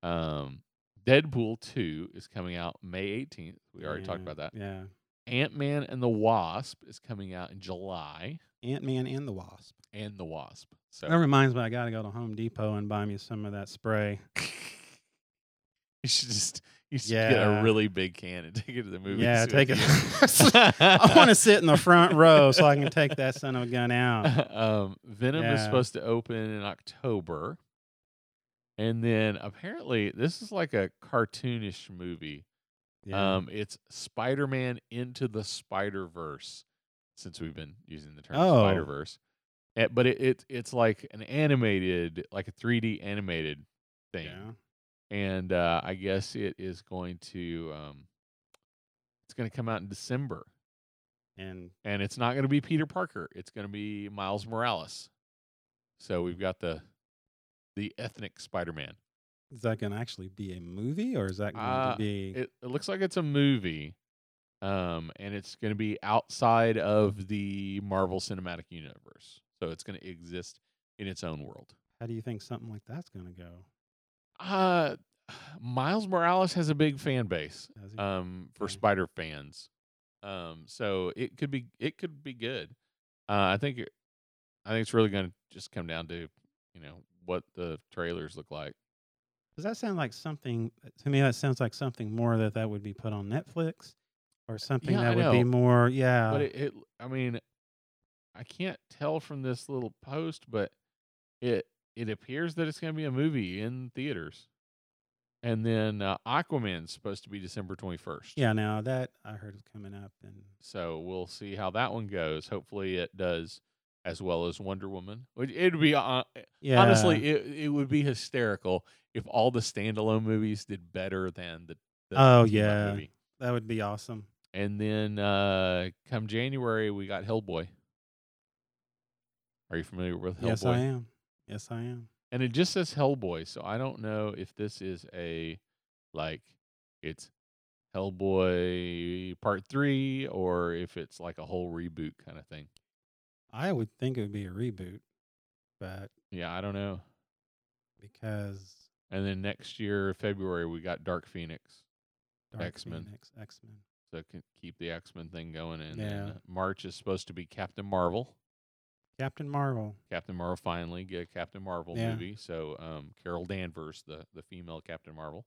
Um, Deadpool 2 is coming out May 18th. We already talked about that.
Yeah.
Ant Man and the Wasp is coming out in July.
Ant Man and the Wasp.
And the Wasp. So,
That reminds me I gotta go to Home Depot and buy me some of that spray.
You should just you should get a
Yeah.
really big can and take it to the movies.
Yeah,
with
take
you.
it. I want to sit in the front row so I can take that son of a gun out.
um, Venom is
Yeah.
supposed to open in October. And then apparently, this is like a cartoonish movie.
Yeah.
Um, it's Spider Man Into the Spider Verse, since we've been using the term
Oh.
Spider Verse. But it, it it's like an animated, like a 3D animated thing
yeah.
and uh, I guess it is going to um, it's going to come out in December,
And
and it's not going to be Peter Parker. It's going to be Miles Morales. So we've got the the ethnic Spider-Man.
is that going to actually be a movie or is that going
Uh,
to be?
It, it looks like it's a movie, um, and it's going to be outside of the Marvel Cinematic Universe. So it's going to exist in its own world.
how do you think something like that's going to go?
Uh, Miles Morales has a big fan base.
Does he-
um for
Okay.
spider fans um so it could be it could be good uh i think it, i think it's really gonna just come down to you know what the trailers look like
Does that sound like something uh, to me? That sounds like something more that that would be put on Netflix or something
Yeah, I
that would be
know.
more. Yeah,
but it, it i mean i can't tell from this little post but it it appears that it's gonna be a movie in theaters and then uh, aquaman's supposed to be december 21st
yeah. Now that I heard was coming up, and
So we'll see how that one goes. Hopefully, it does as well as Wonder Woman. It- It'd be uh,
yeah,
honestly, it it would be hysterical if all the standalone movies did better than the, the
Oh,
team-up
yeah. that would be awesome.
And then uh, come January, we got Hellboy. Are you familiar with Hellboy?
Yes, I am. Yes, I am.
And it just says Hellboy, so I don't know if this is a like it's Hellboy Part Three or if it's like a whole reboot kind of thing.
I would think it would be a reboot, but
Yeah, I don't know.
because
And then next year, February, we got Dark Phoenix.
Dark
X-Men.
X Men.
So can keep the X Men thing going. And then
Yeah.
March is supposed to be Captain Marvel.
Captain Marvel.
Captain Marvel finally get a Captain Marvel
Yeah.
movie. So um, Carol Danvers, the, the female Captain Marvel.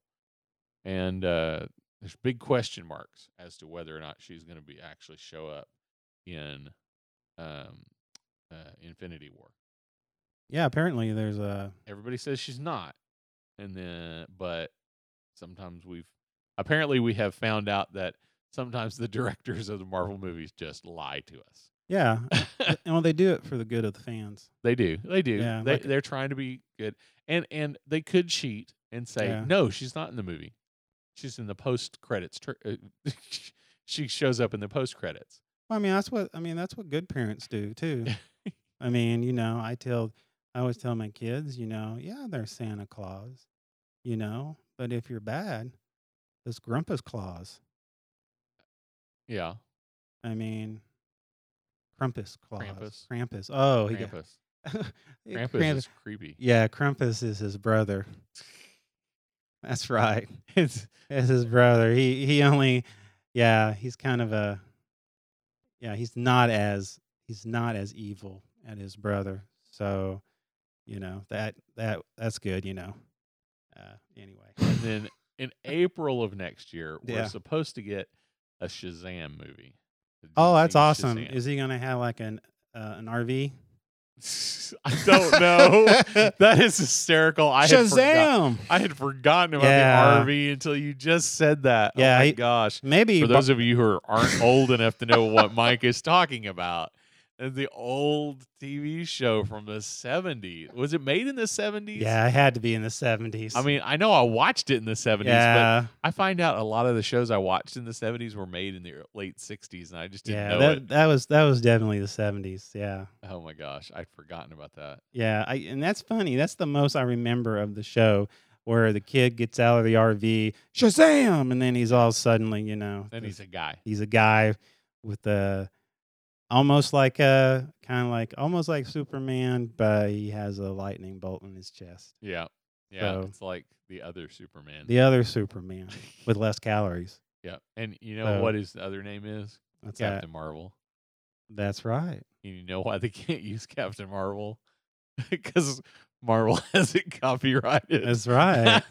And uh, there's big question marks as to whether or not she's going to be actually show up in um, uh, Infinity War.
Yeah, apparently there's a
everybody says she's not and then but sometimes we've apparently we have found out that sometimes the directors of the marvel movies just lie to us
yeah. and well, they do it for the good of the fans.
they do they do
Yeah,
they,
like-
they're trying to be good and and they could cheat and say
Yeah.
no she's not in the movie she's in the post credits tr- uh, she shows up in the post credits
Well, I mean that's what I mean that's what good parents do too. I mean, you know, I tell I always tell my kids, you know, yeah, they're Santa Claus, you know, but if you're bad, it's Grumpus Claus.
yeah
I mean, Crumpus Claus.
Krampus.
Krampus. Oh, he got,
krampus
Yeah,
krampus,
Krampus.
is creepy
Yeah, Krampus is his brother. That's right.
it's
It's his brother. He he only yeah, he's kind of a yeah, he's not as he's not as evil as his brother. So, you know, that that that's good, you know. Uh anyway.
And then in April of next year, we're
Yeah.
supposed to get a Shazam movie. The
Oh,
DC
that's awesome.
Shazam.
Is he going to have like an uh, an RV?
I don't know. that is hysterical. I had, forgot-
Shazam.
I had forgotten about
Yeah.
the RV until you just said that.
Yeah,
oh my
he-
gosh.
Maybe
For those of you who are- aren't old enough to know what Mike is talking about, that's the old TV show from the 70s. Was it made in the 70s?
Yeah, I had to be in the 70s.
I mean, I know I watched it in the 70s, but
yeah.
I find out a lot of the shows I watched in the 70s were made in the late 60s, and I just didn't
Yeah,
know
that
it.
that was that was definitely the 70s. Yeah.
Oh my gosh, I'd forgotten about that.
Yeah, I, and that's funny. That's the most I remember of the show, where the kid gets out of the RV, Shazam, and then he's all suddenly, you know,
Then he's
this-
a guy.
he's a guy with a almost like a kind of like almost like Superman, but he has a lightning bolt in his chest.
Yeah. Yeah.
So-
It's like the other Superman.
The other Superman with less calories.
yeah. And you know
So-
what his other name is?
That's
Captain Marvel.
That. That's right.
And you know why they can't use Captain Marvel? Because Marvel has it copyrighted.
That's right.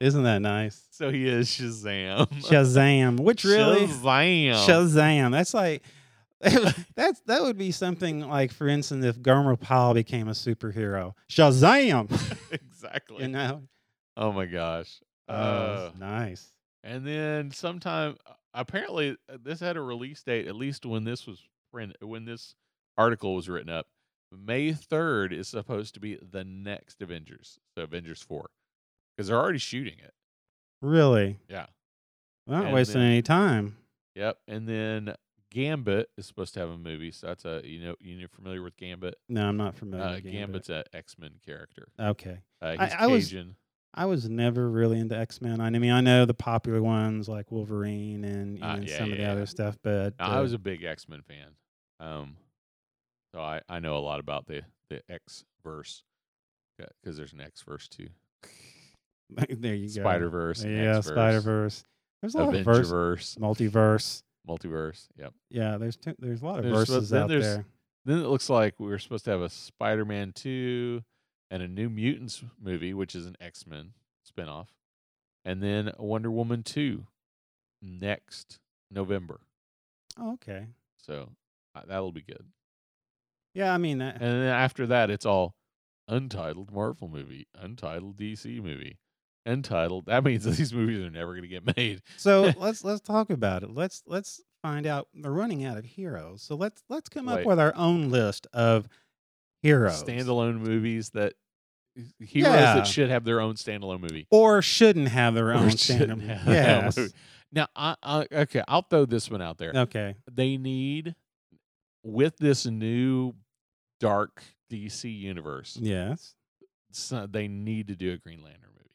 Isn't that nice?
so he is Shazam.
Shazam. Which really
Shazam.
Shazam. That's like that's that would be something like for instance if Gomer Pyle became a superhero. Shazam.
exactly.
You know?
oh my gosh.
Oh,
Uh,
that's nice.
and then sometime apparently uh, this had a release date at least when this was print when this article was written up. May 3rd is supposed to be the next Avengers. So Avengers 4. Cuz they're already shooting it.
Really?
Yeah.
We're not
And
wasting
then-
any time.
Yep. And then Gambit is supposed to have a movie. So that's a you know you're familiar with Gambit?
No, I'm not familiar.
Uh,
with Gambit.
Gambit's an X-Men character.
Okay.
Uh, he's
I- I was-
Cajun.
I was never really into X Men. I mean, I know the popular ones like Wolverine and,
Ah,
and
yeah,
some of the
yeah, yeah.
other stuff, but
Now, I
uh,
was a big X Men fan, um, so I, I know a lot about the the X verse because there's an X verse too.
there you go.
Spider Verse,
yeah, Spider Verse. There's a lot of
Avenger
verse,
verse,
multiverse.
multiverse. Yep.
Yeah, there's two, there's a lot of
There's- but
verses
then
out
there's-
there.
Then it looks like we were supposed to have a Spider Man two and a New Mutants movie, which is an X Men spinoff, and then Wonder Woman two next November.
Oh, okay.
So uh, that'll be good.
Yeah, I mean that.
And then after that, it's all untitled Marvel movie, untitled DC movie, untitled. That means that these movies are never going to get made.
so let's let's talk about it. Let's let's find out. We're running out of heroes, so let's let's come
Wait.
up with our own list of heroes
Standalone movies that eh, heroes
Yeah.
that should have their own standalone movie.
or shouldn't have their
Or
own
shouldn't
standalone.
have their own
Yes.
movie. Now, I, I okay, I'll throw this one out there.
Okay.
They need with this new dark DC universe.
Yes,
so they need to do a Green Lantern movie,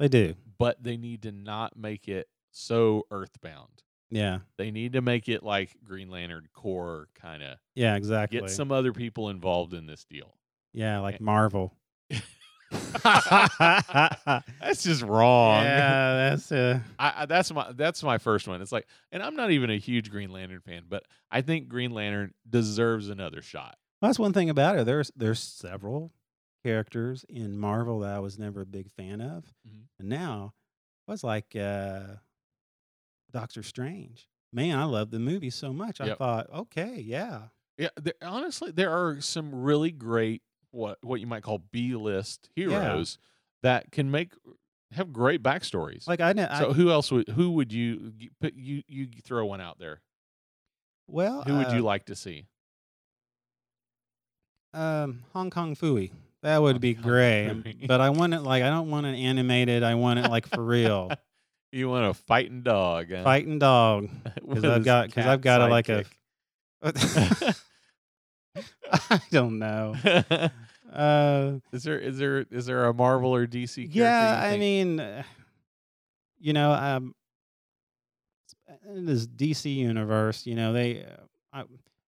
they do.
but they need to not make it so earthbound.
Yeah.
They need to make it like Green Lantern core kind of
Yeah. Exactly.
get some Eh. other people involved in this deal.
Yeah, like
Okay.
Marvel.
that's just wrong.
Yeah, that's uh,
I, I, that's my that's my first one. It's like, and I'm not even a huge Green Lantern fan, but I think Green Lantern deserves another shot.
that's one thing about it. There's there's several characters in Marvel that I was never a big fan of,
Mhm.
and now I was like uh, Doctor Strange. Man, I loved the movie so much. I
Yep.
thought, okay, yeah,
Yeah, there, honestly, there are some really great what what you might call B list heroes that can make have great backstories.
like I, know.
so,
I
who else would who would you you put you you throw one out there?
well,
Who would
uh,
you like to see?
Um, Hong Kong Fooey. That would
Hong
be
Kong
great,
Phooey.
but I want it like I don't want it animated. I want it like for real,
You want a fighting dog? huh?
fighting dog.
With
I've
his
got- 'cause I've
cat
got a, like a-
sidekick.
I don't know. Uh,
is there is there is there a Marvel or DC? character
yeah,
you
I
think-
mean, uh, you know, um, uh, in this DC universe, you know, they, uh, I, of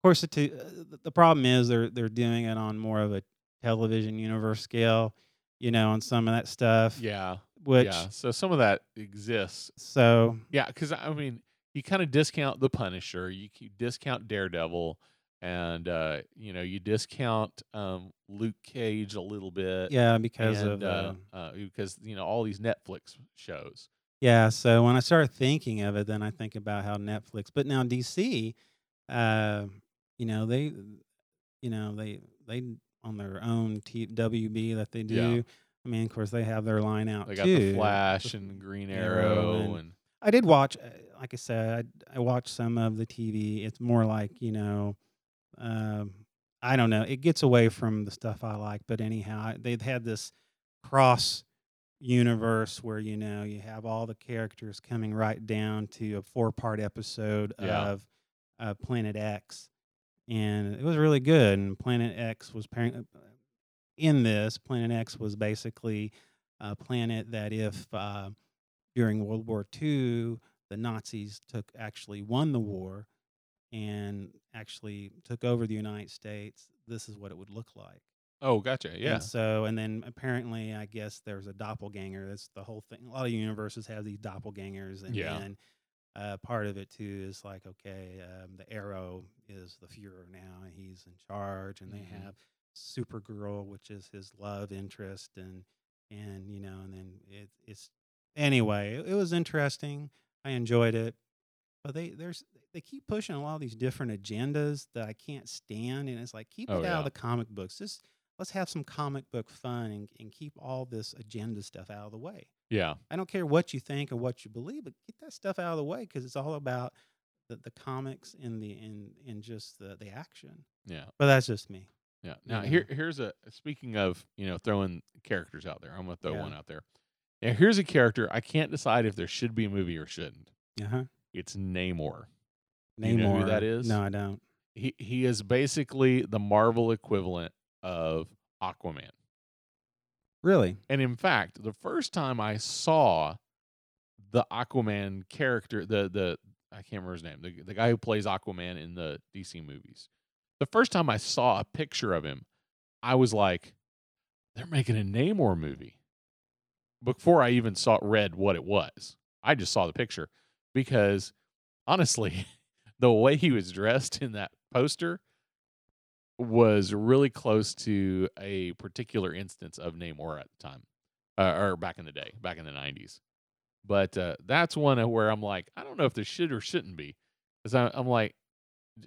course, it, uh, the problem is they're they're doing it on more of a television universe scale, you know, on some of that stuff,
yeah,
which
yeah. So some of that exists.
so
Yeah, because I mean, you kind of discount the Punisher, you, c- discount Daredevil, and uh, you know you discount um, Luke Cage a little bit.
yeah because of
and,
uh,
uh, uh, because you know all these Netflix shows.
Yeah, so when I start thinking of it, then I think about how Netflix, but now DC, uh, you know they, you know they they on their own T- WB that they do.
Yeah.
I mean, of course, they have their line out
They got
too.
the Flash and Green Arrow,
Arrow
and,
and- I did watch, uh, like I said, I, I watched some of the TV. It's more like you know, um, I don't know. It gets away from the stuff I like, but anyhow, they've had this cross universe where you know you have all the characters coming right down to a four-part episode
Yeah.
of uh, Planet X, and it was really good. And Planet X was parent- uh, in this. Planet X was basically a planet that if uh, during World War II the Nazis took actually won the war and actually took over the United States, this is what it would look like.
oh, gotcha, yeah.
And so, and then apparently, I guess there's a doppelganger. That's the whole thing. A lot of universes have these doppelgangers, and
Yeah.
then uh, part of it too is like, okay, um, the Arrow is the Fuhrer now, and he's in charge, and
Mhm.
they have Supergirl, which is his love interest, and and you know, and then it, it's anyway, it, it was interesting. I enjoyed it, but they there's they keep pushing a lot of these different agendas that I can't stand, and it's like keep it
Oh,
out
yeah.
of the comic books. Just let's have some comic book fun and, and keep all this agenda stuff out of the way.
Yeah.
I don't care what you think or what you believe, but get that stuff out of the way because it's all about the, the comics and the and and just the the action.
Yeah.
But that's just me.
Yeah. Now
Yeah.
here here's a speaking of, you know, throwing characters out there. I'm gonna throw
Yeah.
one out there. Now here's a character I can't decide if there should be a movie or shouldn't.
Uh huh.
It's Namor.
Namor.
You know who that is?
No, I don't.
He he is basically the Marvel equivalent of Aquaman.
Really?
And in fact, the first time I saw the Aquaman character, the the I can't remember his name, the, the guy who plays Aquaman in the DC movies. The first time I saw a picture of him, I was like, they're making a Namor movie. Before I even saw read what it was. I just saw the picture because honestly, the way he was dressed in that poster was really close to a particular instance of Namor at the time, uh, or back in the day, back in the '90s. But uh, that's one of where I'm like, I don't know if this should or shouldn't be, because I'm like,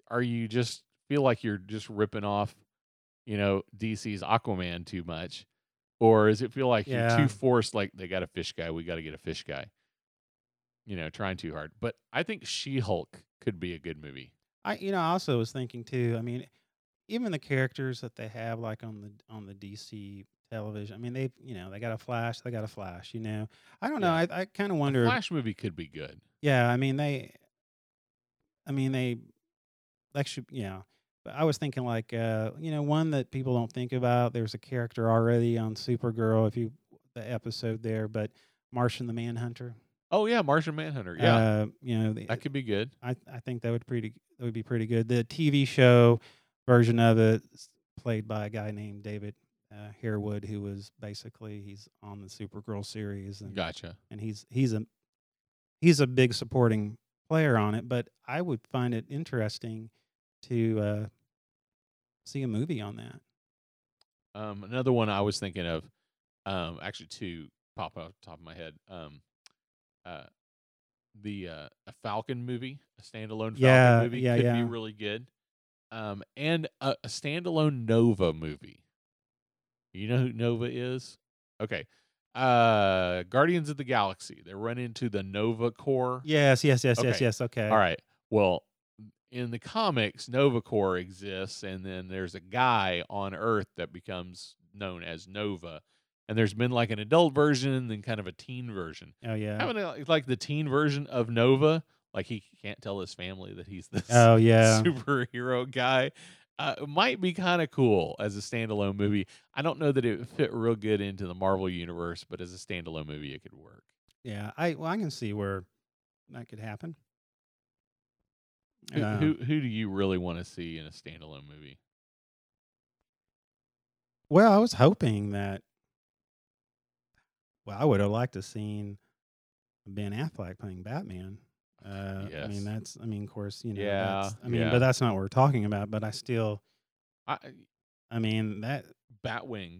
are you just feel like you're just ripping off, you know, DC's Aquaman too much, or is it feel like
Yeah.
you're too forced? Like they got a fish guy, we got to get a fish guy, you know, trying too hard. But I think She-Hulk could be a good movie.
I you know I also was thinking too. I mean, even the characters that they have like on the on the DC television. I mean, they you know they got a Flash. They got a Flash. You know, I don't know.
Yeah.
I I kind of
A
wonder. if-
Flash movie could be good.
Yeah, I mean they. I mean they, like should yeah. But I was thinking like uh you know one that people don't think about. There's a character already on Supergirl if you the episode there, but Martian the Manhunter.
Oh yeah, Martian Manhunter. Yeah,
uh, you know the,
that could be good.
I I think that would pretty that would be pretty good. The TV show version of it, s- played by a guy named David uh, Harewood, who was basically he's on the Supergirl series and
Gotcha.
and he's he's a he's a big supporting player on it. But I would find it interesting to uh, see a movie on that.
Um, another one I was thinking of, um, actually two pop off the top of my head. Um, uh, the uh, a Falcon movie, a standalone Falcon
Yeah,
movie
yeah,
could be
yeah.
really good. Um, and a, a standalone Nova movie. You know who Nova is? Okay. Uh, Guardians of the Galaxy. They run into the Nova Corps.
Yes, yes, yes, yes,
Okay.
yes. Okay.
All right. Well, in the comics, Nova Corps exists, and then there's a guy on Earth that becomes known as Nova. And there's been like an adult version and then kind of a teen version.
Oh yeah.
Having like- like the teen version of Nova, like he can't tell his family that he's this
Oh yeah.
superhero guy, uh, might be kind of cool as a standalone movie. I don't know that it would fit real good into the Marvel universe, but as a standalone movie, it could work.
Yeah. I well I can see where that could happen.
Who,
Uh,
who who do you really want to see in a standalone movie?
Well, I was hoping that. Well, I would have liked to seen Ben Affleck playing Batman. Uh, I
Yes.
mean, that's. I mean, of course, you know.
Yeah,
that's- I mean,
yeah.
but that's not what we're talking about. But I still.
I,
I mean that.
Batwing,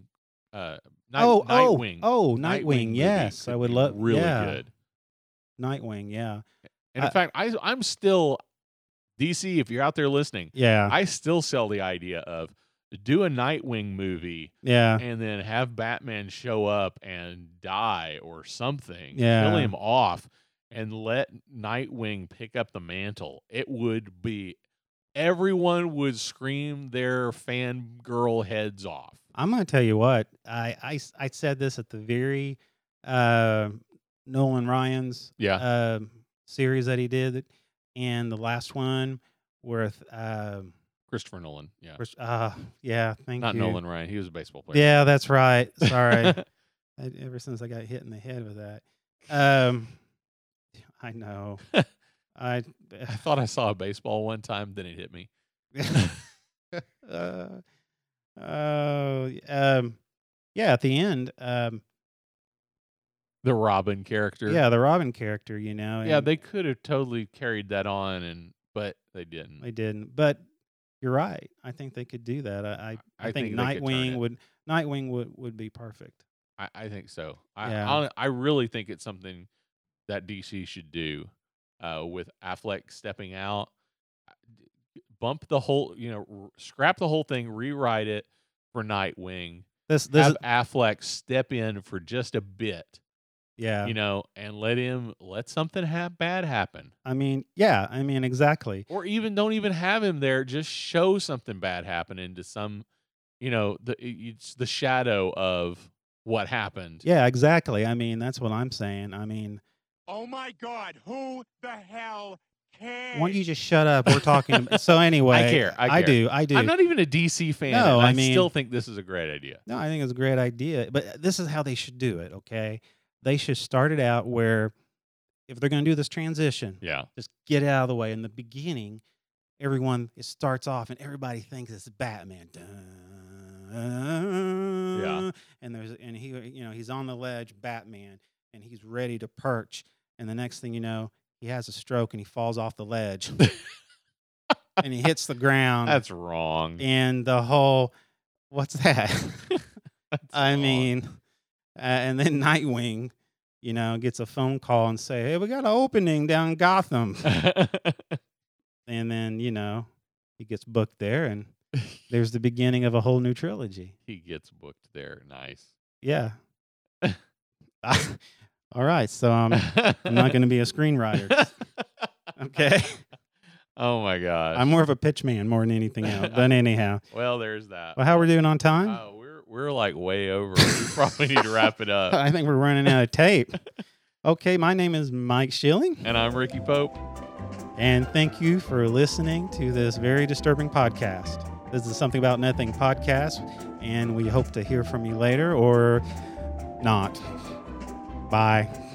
uh, Night,
oh, oh,
Nightwing.
oh,
Nightwing
Nightwing.
movie
yes,
could
I would
be
love.
Really
yeah,
good.
Nightwing. Yeah,
And in
I-
fact, I I'm still DC. If you're out there listening,
yeah,
I still sell the idea of do a Nightwing movie
yeah.
and then have Batman show up and die or something. Kill
Yeah.
him off and let Nightwing pick up the mantle. It would be everyone would scream their fangirl heads off.
I'm gonna tell you what I I s- I said this at the very uh, Nolan Ryan's
Yeah.
uh, series that he did, and the last one with uh,
Christopher Nolan. Yeah.
Chris- uh yeah, thank
Not
you.
Nolan Ryan. He was a baseball player.
Yeah, that's right. Sorry. I, ever since I got hit in the head with that, um, I know. I
I thought I saw a baseball one time, then it hit me.
uh, oh, um, yeah. At the end, um,
The Robin character.
yeah, the Robin character, you know,
Yeah,
and
they could have totally carried that on and but they didn't.
they didn't, but You're right. I think they could do that. I I,
I
I think,
think they could turn
Nightwing
it.
would Nightwing would would be perfect.
I, I think so. I,
Yeah.
hon- I really think it's something that DC should do uh, with Affleck stepping out. I- d- Bump the whole, you know, r- scrap the whole thing, rewrite it for Nightwing.
This this
have Affleck step in for just a bit,
yeah.
you know, and let him let something ha- bad happen,
I mean, yeah, I mean exactly.
or even don't even have him there. Just show something bad happening to some, you know, the it's the shadow of what happened.
Yeah, exactly. I mean, that's what I'm saying. I mean,
Oh my God, who the hell cares?
why don't you just shut up? We're talking. About, so anyway,
care, I care.
do. I do.
I'm not even a DC fan.
No,
and I,
I mean-
still think this is a great idea.
No, I think it's a great idea, but uh, this is how they should do it. Okay, they should start it out where, if they're going to do this transition,
Yeah,
just get it out of the way in the beginning. Everyone it starts off and everybody thinks it's Batman. Yeah, and there's and he you know he's on the ledge, Batman, and he's ready to perch. And the next thing you know, he has a stroke and he falls off the ledge, and he hits the ground.
that's wrong.
Um, and the whole what's that?
That's
I
wrong.
mean, uh, and then Nightwing, you know, gets a phone call and say, "Hey, we got an opening down in Gotham," and then you know, he gets booked there, and there's the beginning of a whole new trilogy.
he gets booked there. Nice.
Yeah. All right, so um, I'm not going to be a screenwriter. Okay,
Oh my gosh.
I'm more of a pitch man more than anything else. But anyhow,
well, there's that.
well, how we're doing on time?
Uh, we're we're like way over. we probably need to wrap it up.
I think we're running out of tape. Okay, my name is Mike Schilling.
And I'm Ricky Pope.
And thank you for listening to this very disturbing podcast. This is Something About Nothing podcast, and we hope to hear from you later or not. Bye.